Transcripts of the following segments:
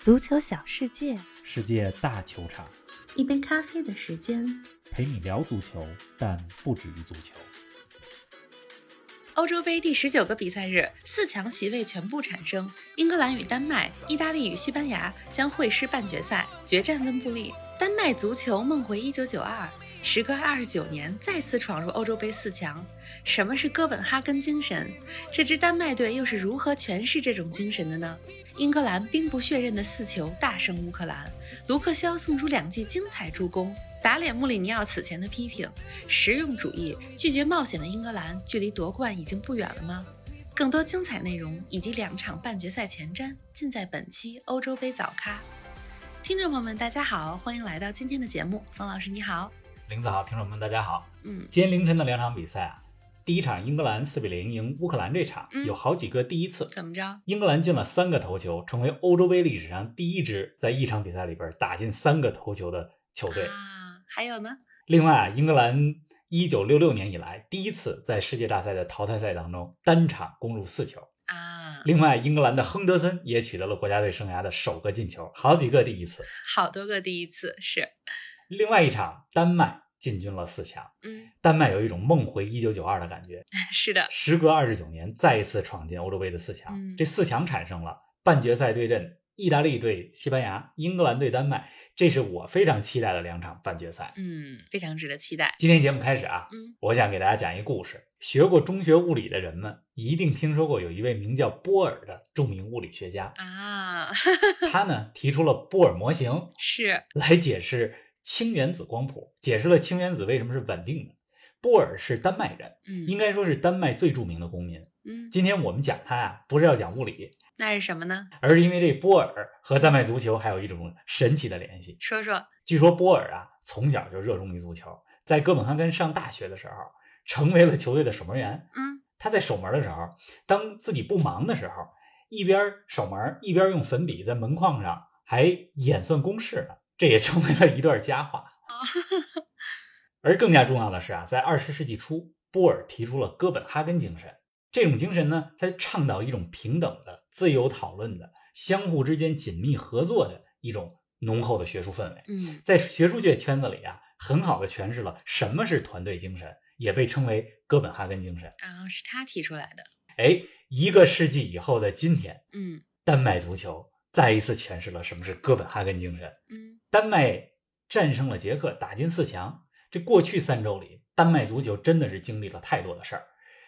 足球小世界，世界大球场，一杯咖啡的时间。陪你聊足球，但不止于足球。欧洲杯第十九个比赛日，四强席位全部产生，英格兰与丹麦、意大利与西班牙将会师半决赛，决战温布利。丹麦足球梦回一九九二，时隔二十九年再次闯入欧洲杯四强。什么是哥本哈根精神？这支丹麦队又是如何诠释这种精神的呢？英格兰兵不血刃的四球大胜乌克兰，卢克肖送出两记精彩助攻，打脸穆里尼奥此前的批评。实用主义、拒绝冒险的英格兰，距离夺冠已经不远了吗？更多精彩内容以及两场半决赛前瞻，尽在本期欧洲杯早咖。听众朋友们，大家好，欢迎来到今天的节目。冯老师你好，林子好，听众朋友们，大家好。嗯，今天凌晨的两场比赛啊，第一场英格兰四比零赢乌克兰这场，嗯有好几个第一次。怎么着？英格兰进了三个头球，成为欧洲杯历史上第一支在一场比赛里边打进三个头球的球队。啊，还有呢？另外啊，英格兰一九六六年以来第一次在世界大赛的淘汰赛当中单场攻入四球。啊，另外，英格兰的亨德森也取得了国家队生涯的首个进球，好几个第一次。好多个第一次是，另外一场，丹麦进军了四强。嗯， 丹麦有一种梦回一九九二的感觉，是的，时隔二十九年再一次闯进欧洲杯的四强。嗯这四强产生了半决赛对阵意大利对西班牙、英格兰对丹麦，这是我非常期待的两场半决赛。嗯，非常值得期待。今天节目开始啊，嗯我想给大家讲一故事。学过中学物理的人们一定听说过有一位名叫波尔的著名物理学 家，啊，他呢提出了波尔模型，是，来解释氢原子光谱，解释了氢原子为什么是稳定的。波尔是丹麦人，应嗯该说是丹麦最著名的公民。嗯，今天我们讲他呀、不是要讲物理，那是什么呢？而是因为这波尔和丹麦足球还有一种神奇的联系。说说，据说波尔啊，从小就热衷于足球，在哥本哈根上大学的时候，成为了球队的守门员。嗯，他在守门的时候，当自己不忙的时候，一边守门一边用粉笔在门框上还演算公式呢，这也成为了一段佳话。而更加重要的是啊，在二十世纪初，波尔提出了哥本哈根精神。这种精神呢，它倡导一种平等的、自由讨论的、相互之间紧密合作的一种浓厚的学术氛围。嗯，在学术界圈子里啊，很好的诠释了什么是团队精神，也被称为哥本哈根精神。然后是他提出来的，哎，一个世纪以后的今天，嗯丹麦足球再一次诠释了什么是哥本哈根精神。嗯丹麦战胜了捷克，打进四强。这过去三周里，丹麦足球真的是经历了太多的事儿。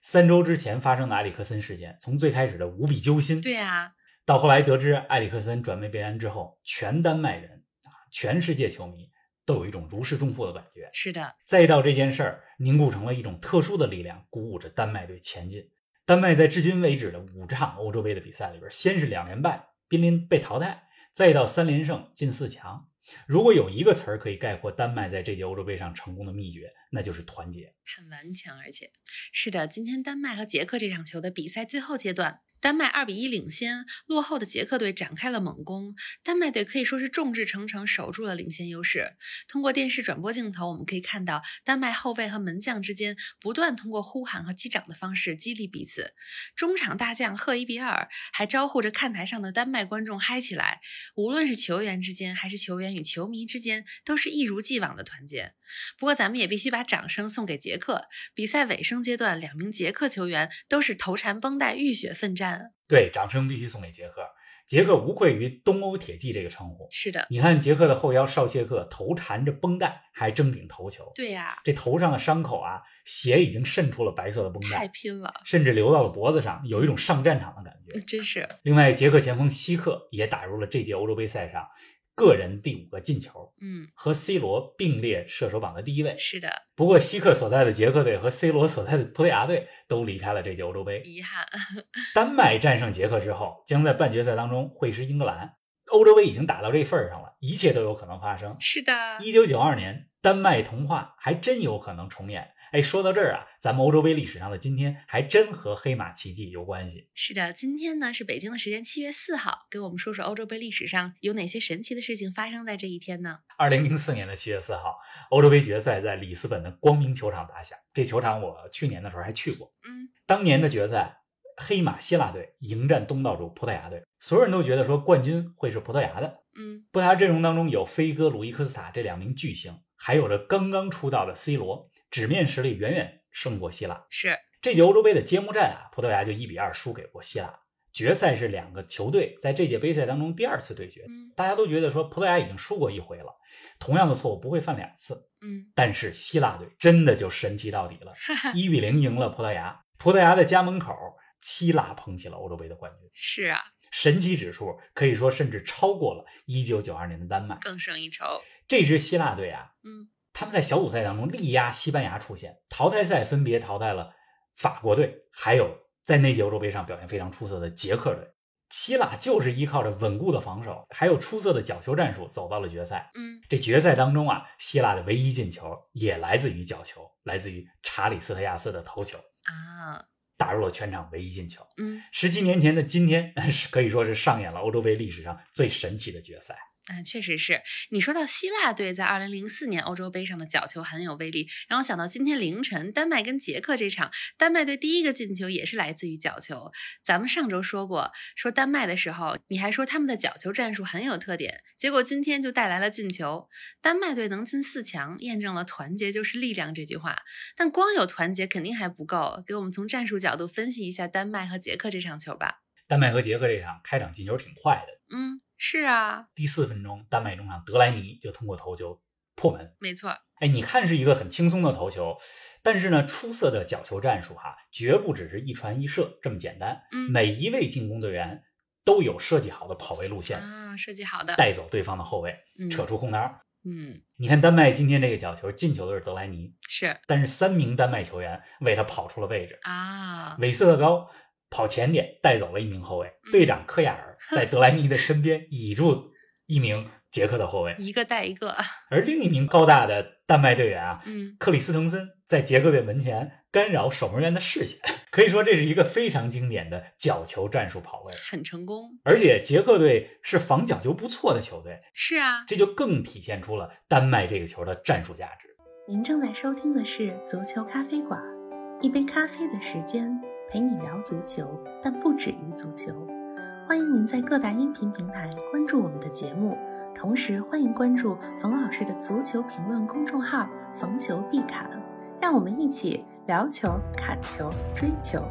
三周之前发生的埃里克森事件，从最开始的无比揪心，对啊呀、到后来得知埃里克森转会被安之后，全丹麦人啊，全世界球迷都有一种如释重负的感觉。是的，再到这件事儿凝固成了一种特殊的力量，鼓舞着丹麦队前进。丹麦在至今为止的五场欧洲杯的比赛里边，先是两连败，濒临被淘汰，再到三连胜进四强。如果有一个词儿可以概括丹麦在这届欧洲杯上成功的秘诀，那就是团结。很顽强，而且是的，今天丹麦和捷克这场球的比赛最后阶段，丹麦二比一领先，落后的捷克队展开了猛攻，丹麦队可以说是众志成城，守住了领先优势。通过电视转播镜头，我们可以看到丹麦后卫和门将之间不断通过呼喊和击掌的方式激励彼此。中场大将赫伊比尔还招呼着看台上的丹麦观众嗨起来。无论是球员之间，还是球员与球迷之间，都是一如既往的团结。不过，咱们也必须把掌声送给捷克。比赛尾声阶段，两名捷克球员都是头缠绷带、浴血奋战。对，掌声必须送给捷克，捷克无愧于“东欧铁骑”这个称呼。是的，你看，捷克的后腰绍切克头缠着绷带，还争顶头球，对呀、这头上的伤口啊，血已经渗出了白色的绷带，太拼了，嗯甚至流到了脖子上，有一种上战场的感觉。真是另外，捷克前锋希克也打入了这届欧洲杯赛上个人第五个进球，嗯，和 C 罗并列射手榜的第一位。是的，不过，希克所在的捷克队和 C 罗所在的葡萄牙队都离开了这届欧洲杯。遗憾， 丹麦战胜捷克之后，将在半决赛当中会师英格兰。欧洲杯已经打到这份儿上了，一切都有可能发生。是啊的，一九九二年丹麦童话还真有可能重演。哎，说到这儿啊，咱们欧洲杯历史上的今天还真和黑马奇迹有关系。是的。今天呢是北京的时间七月四号，给我们说说欧洲杯历史上有哪些神奇的事情发生在这一天呢？二零零四年的七月四号，欧洲杯决赛在里斯本的光明球场打响。这球场我去年的时候还去过。嗯，当年的决赛，黑马希腊队迎战东道主葡萄牙队，所有人都觉得说冠军会是葡萄牙的。嗯葡萄牙阵容当中有飞哥、鲁伊科斯塔这两名巨星，还有着刚刚出道的 C 罗，纸面实力远远胜过希腊。是这届欧洲杯的揭幕战啊，葡萄牙就一比二输给过希腊。决赛是两个球队在这届杯赛当中第二次对决，嗯大家都觉得说葡萄牙已经输过一回了，同样的错误不会犯两次。嗯但是希腊队真的就神奇到底了，哈哈一比零赢了葡萄牙。葡萄牙的家门口，希腊捧起了欧洲杯的冠军，是啊，神奇指数可以说甚至超过了1992年的丹麦。更胜一筹。这支希腊队啊，嗯他们在小组赛当中力压西班牙出线，淘汰赛分别淘汰了法国队，还有在那届欧洲杯上表现非常出色的捷克队。希腊就是依靠着稳固的防守，还有出色的角球战术走到了决赛。嗯这决赛当中啊，希腊的唯一进球也来自于角球，来自于查理斯特亚斯的头球，啊打入了全场唯一进球。嗯，十七年前的今天， 是可以说是上演了欧洲杯历史上最神奇的决赛。啊，确实是你说到希腊队在二零零四年欧洲杯上的角球很有威力，让我想到今天凌晨丹麦跟捷克这场，丹麦队第一个进球也是来自于角球。咱们上周说过，说丹麦的时候，你还说他们的角球战术很有特点，结果今天就带来了进球。丹麦队能进四强，验证了“团结就是力量”这句话。但光有团结肯定还不够，给我们从战术角度分析一下丹麦和捷克这场球吧。丹麦和捷克这场开场进球挺快的，嗯，是啊，第四分钟，丹麦中场德莱尼就通过头球破门。没错儿，哎，你看是一个很轻松的头球，但是呢，出色的角球战术哈，绝不只是一传一射这么简单。嗯每一位进攻队员都有设计好的跑位路线，啊，设计好的，带走对方的后卫，扯出空当儿。嗯。嗯你看丹麦今天这个角球进球的是德莱尼，是但是三名丹麦球员为他跑出了位置。啊，韦斯特高跑前点带走了一名后卫，队长科亚尔在德莱尼的身边倚住一名捷克的后卫。一个带一个， 而另一名高大的丹麦队员啊，嗯，克里斯滕森在捷克队门前干扰守门员的视线， 可以说这是一个非常经典的角球战术跑位。很成功。而且捷克队是防角球不错的球队，是啊，这就更体现出了丹麦这个球的战术价值。您正在收听的是《足球咖啡馆》，一杯咖啡的时间陪你聊足球，但不止于足球。欢迎您在各大音频平台关注我们的节目，同时欢迎关注冯老师的足球评论公众号“冯球必侃”，让我们一起聊球、砍球、追球。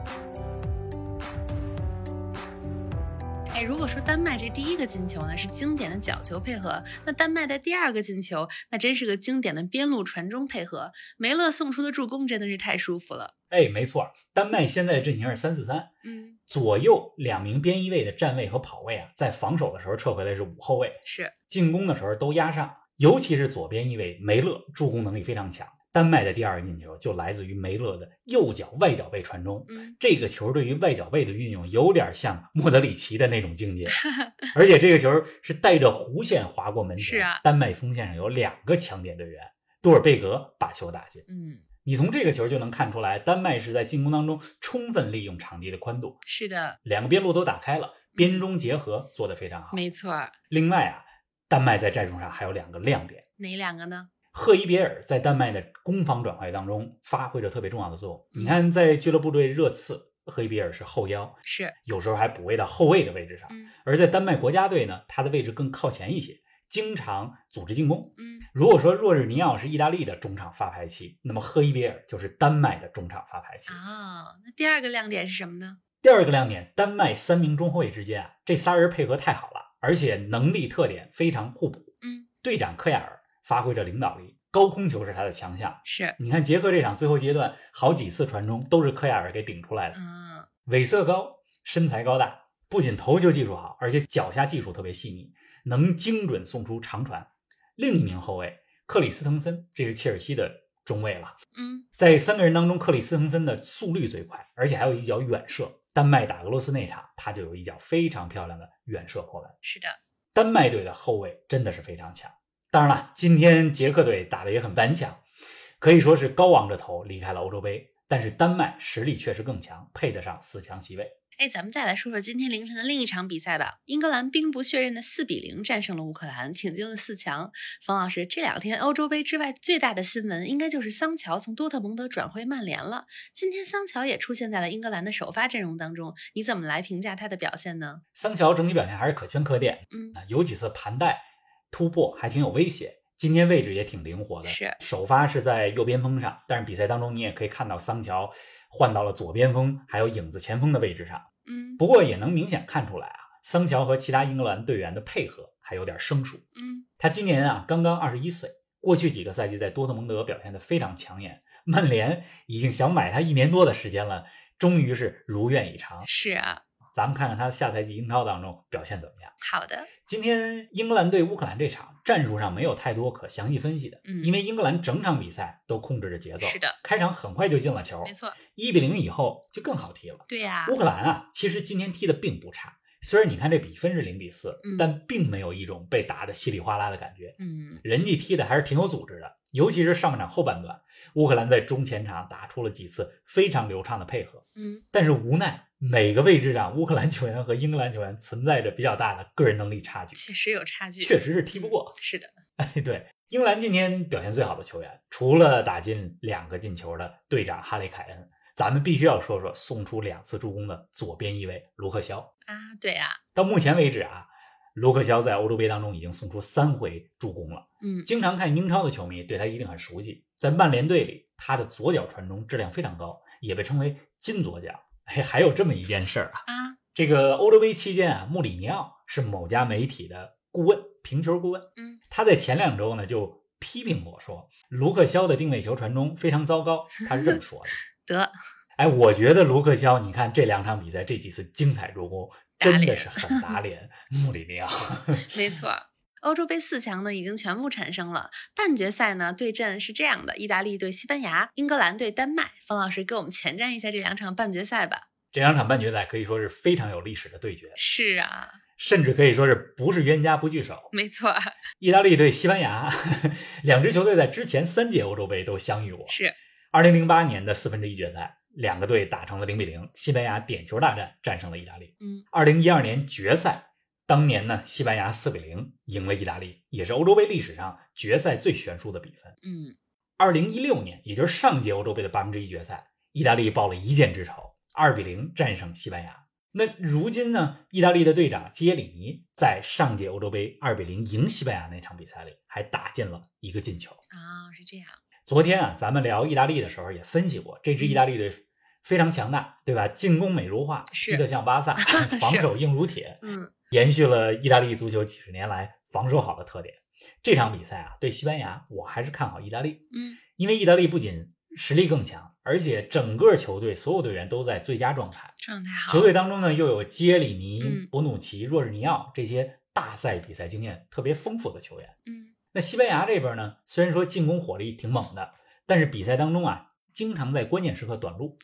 哎，如果说丹麦这第一个进球呢是经典的角球配合，那丹麦的第二个进球那真是个经典的边路传中配合，梅勒送出的助攻真的是太舒服了。哎，没错，丹麦现在的阵型是三四三，嗯，左右两名边翼位的站位和跑位啊，在防守的时候撤回来是五后卫，是，进攻的时候都压上，尤其是左边一位梅勒，助攻能力非常强。丹麦的第二个进球就来自于梅勒的右脚外脚背传中。嗯，这个球对于外脚背的运用有点像莫德里奇的那种 境界，而且这个球是带着弧线划过门前。是啊丹麦锋线上有两个抢点队员，多尔贝格把球打进。嗯，你从这个球就能看出来，丹麦是在进攻当中充分利用场地的宽度，是的，两个边路都打开了，边中结合做得非常好。没错儿。另外啊，丹麦在战术上还有两个亮点。哪两个呢？赫伊别尔在丹麦的攻防转换当中发挥着特别重要的作用。嗯你看，在俱乐部队热刺，赫伊别尔是后腰，是，有时候还补位到后卫的位置上；嗯而在丹麦国家队呢，他的位置更靠前一些，经常组织进攻。嗯，如果说若日尼奥是意大利的中场发牌期，那么赫伊别尔就是丹麦的中场发牌期。啊、那第二个亮点是什么呢？第二个亮点，丹麦三名中后卫之间啊，这仨人配合太好了，而且能力特点非常互补。嗯，队长科亚尔发挥着领导力，高空球是他的强项。是，你看捷克这场最后阶段，好几次传中都是科亚尔给顶出来的。嗯，韦瑟高，身材高大，不仅头球技术好，而且脚下技术特别细腻，能精准送出长传。另一名后卫克里斯滕森，这是切尔西的中卫了。嗯，在三个人当中，克里斯滕森的速率最快，而且还有一脚远射。丹麦打俄罗斯那场，他就有一脚非常漂亮的远射破门。是的，丹麦队的后卫真的是非常强。当然了，今天捷克队打得也很顽强，可以说是高昂着头离开了欧洲杯。但是丹麦实力确实更强，配得上四强席位。哎，咱们再来说说今天凌晨的另一场比赛吧。英格兰兵不血刃的四比零战胜了乌克兰，挺进了四强。冯老师，这两天欧洲杯之外最大的新闻，应该就是桑乔从多特蒙德转回曼联了。今天桑乔也出现在了英格兰的首发阵容当中，你怎么来评价他的表现呢？桑乔整体表现还是可圈可点，嗯，啊有几次盘带突破还挺有威胁。今天位置也挺灵活的，是首发是在右边锋上，但是比赛当中你也可以看到桑乔换到了左边锋，还有影子前锋的位置上。嗯不过也能明显看出来啊，桑乔和其他英格兰队员的配合还有点生疏。嗯，他今年啊刚刚二十一岁，过去几个赛季在多特蒙德表现得非常抢眼，曼联已经想买他一年多的时间了，终于是如愿以偿。是啊，咱们看看他下赛季英超当中表现怎么样。好的，今天英格兰对乌克兰这场战术上没有太多可详细分析的，嗯因为英格兰整场比赛都控制着节奏，是的，开场很快就进了球，没错，一比零以后就更好踢了。对呀、乌克兰啊，其实今天踢的并不差，虽然你看这比分是零比四、嗯但并没有一种被打得稀里哗啦的感觉。嗯人家踢的还是挺有组织的，尤其是上半场后半段，乌克兰在中前场打出了几次非常流畅的配合，嗯，但是无奈每个位置上乌克兰球员和英格兰球员存在着比较大的个人能力差距，确实有差距，嗯确实是踢不 过。是的，对，英格兰今天表现最好的球员，除了打进两个进球的队长哈里凯恩，咱们必须要说说送出两次助攻的左边翼卫卢克肖。啊，对呀、到目前为止啊，卢克肖在欧洲杯当中已经送出三回助攻了。嗯经常看英超的球迷对他一定很熟悉，在曼联队里，他的左脚传中质量非常高，也被称为“金左脚”。嘿，还有这么一件事儿啊，啊，这个欧洲杯期间啊，穆里尼奥是某家媒体的顾问，评球顾问。嗯，他在前两周呢就批评我说，卢克肖的定位球传中非常糟糕。他是这么说的。得，哎，我觉得卢克肖，你看这两场比赛这几次精彩助攻，打真脸的是很打脸穆里尼奥。没错儿。欧洲杯四强呢已经全部产生了，半决赛呢对阵是这样的：意大利对西班牙，英格兰对丹麦。方老师给我们前瞻一下这两场半决赛吧。这两场半决赛可以说是非常有历史的对决，是啊，甚至可以说是不是冤家不聚首。没错儿，意大利对西班牙， 两支球队在之前三届欧洲杯都相遇过。是二零零八年的四分之一决赛，两个队打成了零比零，西班牙点球大战战胜了意大利。嗯二零一二年决赛，当年呢，西班牙四比零赢了意大利，也是欧洲杯历史上决赛最悬殊的比分。嗯，二零一六年，也就是上届欧洲杯的八分之一决赛，意大利报了一箭之仇，二比零战胜西班牙。那如今呢，意大利的队长基耶里尼在上届欧洲杯二比零赢西班牙那场比赛里，还打进了一个进球。啊、是这样，昨天啊，咱们聊意大利的时候也分析过，这支意大利队非常强大，对吧？进攻美如画，嗯是踢得像巴萨， 是防守硬如铁，嗯延续了意大利足球几十年来防守好的特点。这场比赛啊，对西班牙，我还是看好意大利，嗯因为意大利不仅实力更强，而且整个球队所有队员都在最佳状态。状态好，球队当中呢，又有基耶里尼嗯、博努奇、若日尼奥这些大赛比赛经验特别丰富的球员。嗯那西班牙这边呢，虽然说进攻火力挺猛的，但是比赛当中啊，经常在关键时刻短路。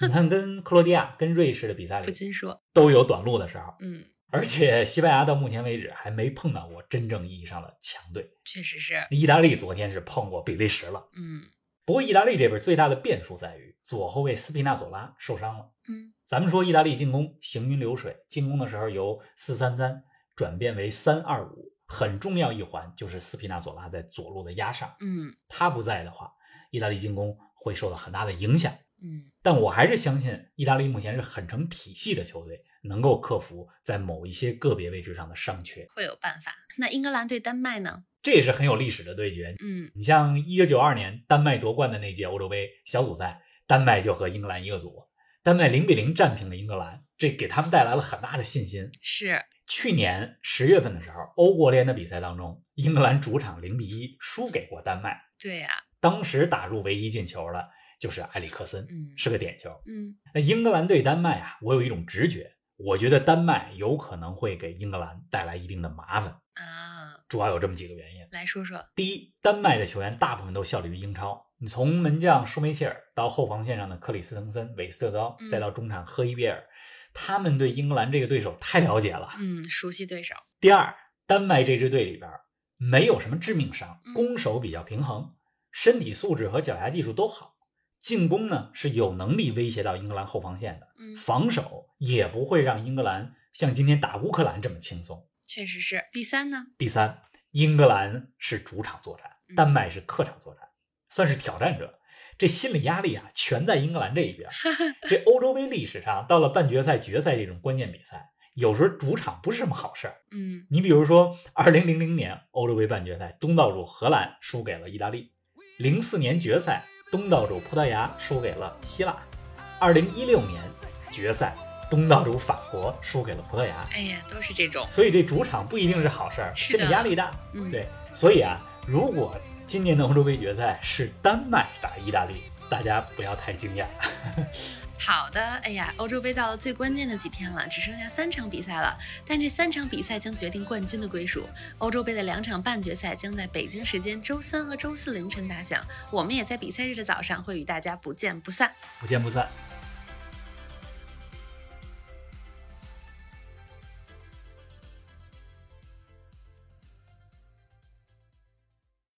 你看，跟克罗地亚、跟瑞士的比赛不里禁说，都有短路的时候，嗯而且西班牙到目前为止还没碰到过真正意义上的强队。确实是，意大利昨天是碰过比利时了，嗯不过意大利这边最大的变数在于左后卫斯皮纳佐拉受伤了。嗯咱们说意大利进攻行云流水，进攻的时候由四三三转变为三二五，很重要一环就是斯皮纳佐拉在左路的压上。嗯他不在的话，意大利进攻会受到很大的影响。嗯但我还是相信，意大利目前是很成体系的球队，能够克服在某一些个别位置上的商缺。会有办法。那英格兰对丹麦呢？这也是很有历史的对决。嗯你像一九九二年丹麦夺冠的那届欧洲杯小组赛，丹麦就和英格兰一个组，丹麦零比零战平了英格兰，这给他们带来了很大的信心。是去年十月份的时候，欧国联的比赛当中，英格兰主场零比一输给过丹麦，对呀、当时打入唯一进球的就是埃里克森，嗯是个点球。嗯那英格兰对丹麦啊，我有一种直觉，我觉得丹麦有可能会给英格兰带来一定的麻烦，啊，主要有这么几个原因。来说说，第一，丹麦的球员大部分都效力于英超，你从门将舒梅切尔到后防线上的克里斯滕森、韦斯特高，嗯再到中场赫伊别尔，他们对英格兰这个对手太了解了。嗯，熟悉对手，第二，丹麦这支队里边儿没有什么致命伤嗯，攻守比较平衡，身体素质和脚下技术都好。进攻呢是有能力威胁到英格兰后防线的，嗯，防守也不会让英格兰像今天打乌克兰这么轻松。确实是。第三呢，第三，英格兰是主场作战嗯，丹麦是客场作战，算是挑战者。这心理压力啊，全在英格兰这 一边儿。这欧洲杯历史上，到了半决赛、决赛这种关键比赛，有时候主场不是什么好事儿。嗯，你比如说，二零零零年欧洲杯半决赛，东道主荷兰输给了意大利；零四年决赛，东道主葡萄牙输给了希腊；二零一六年决赛，东道主法国输给了葡萄牙。哎呀，都是这种，所以这主场不一定是好事儿，是的心理压力大。嗯，对，所以啊，如果今年的欧洲杯决赛是丹麦打意大利，大家不要太惊讶。好的，哎呀，欧洲杯到了最关键的几天了，只剩下三场比赛了，但这三场比赛将决定冠军的归属。欧洲杯的两场半决赛将在北京时间周三和周四凌晨打响，我们也在比赛日的早上会与大家不见不散。不见不散。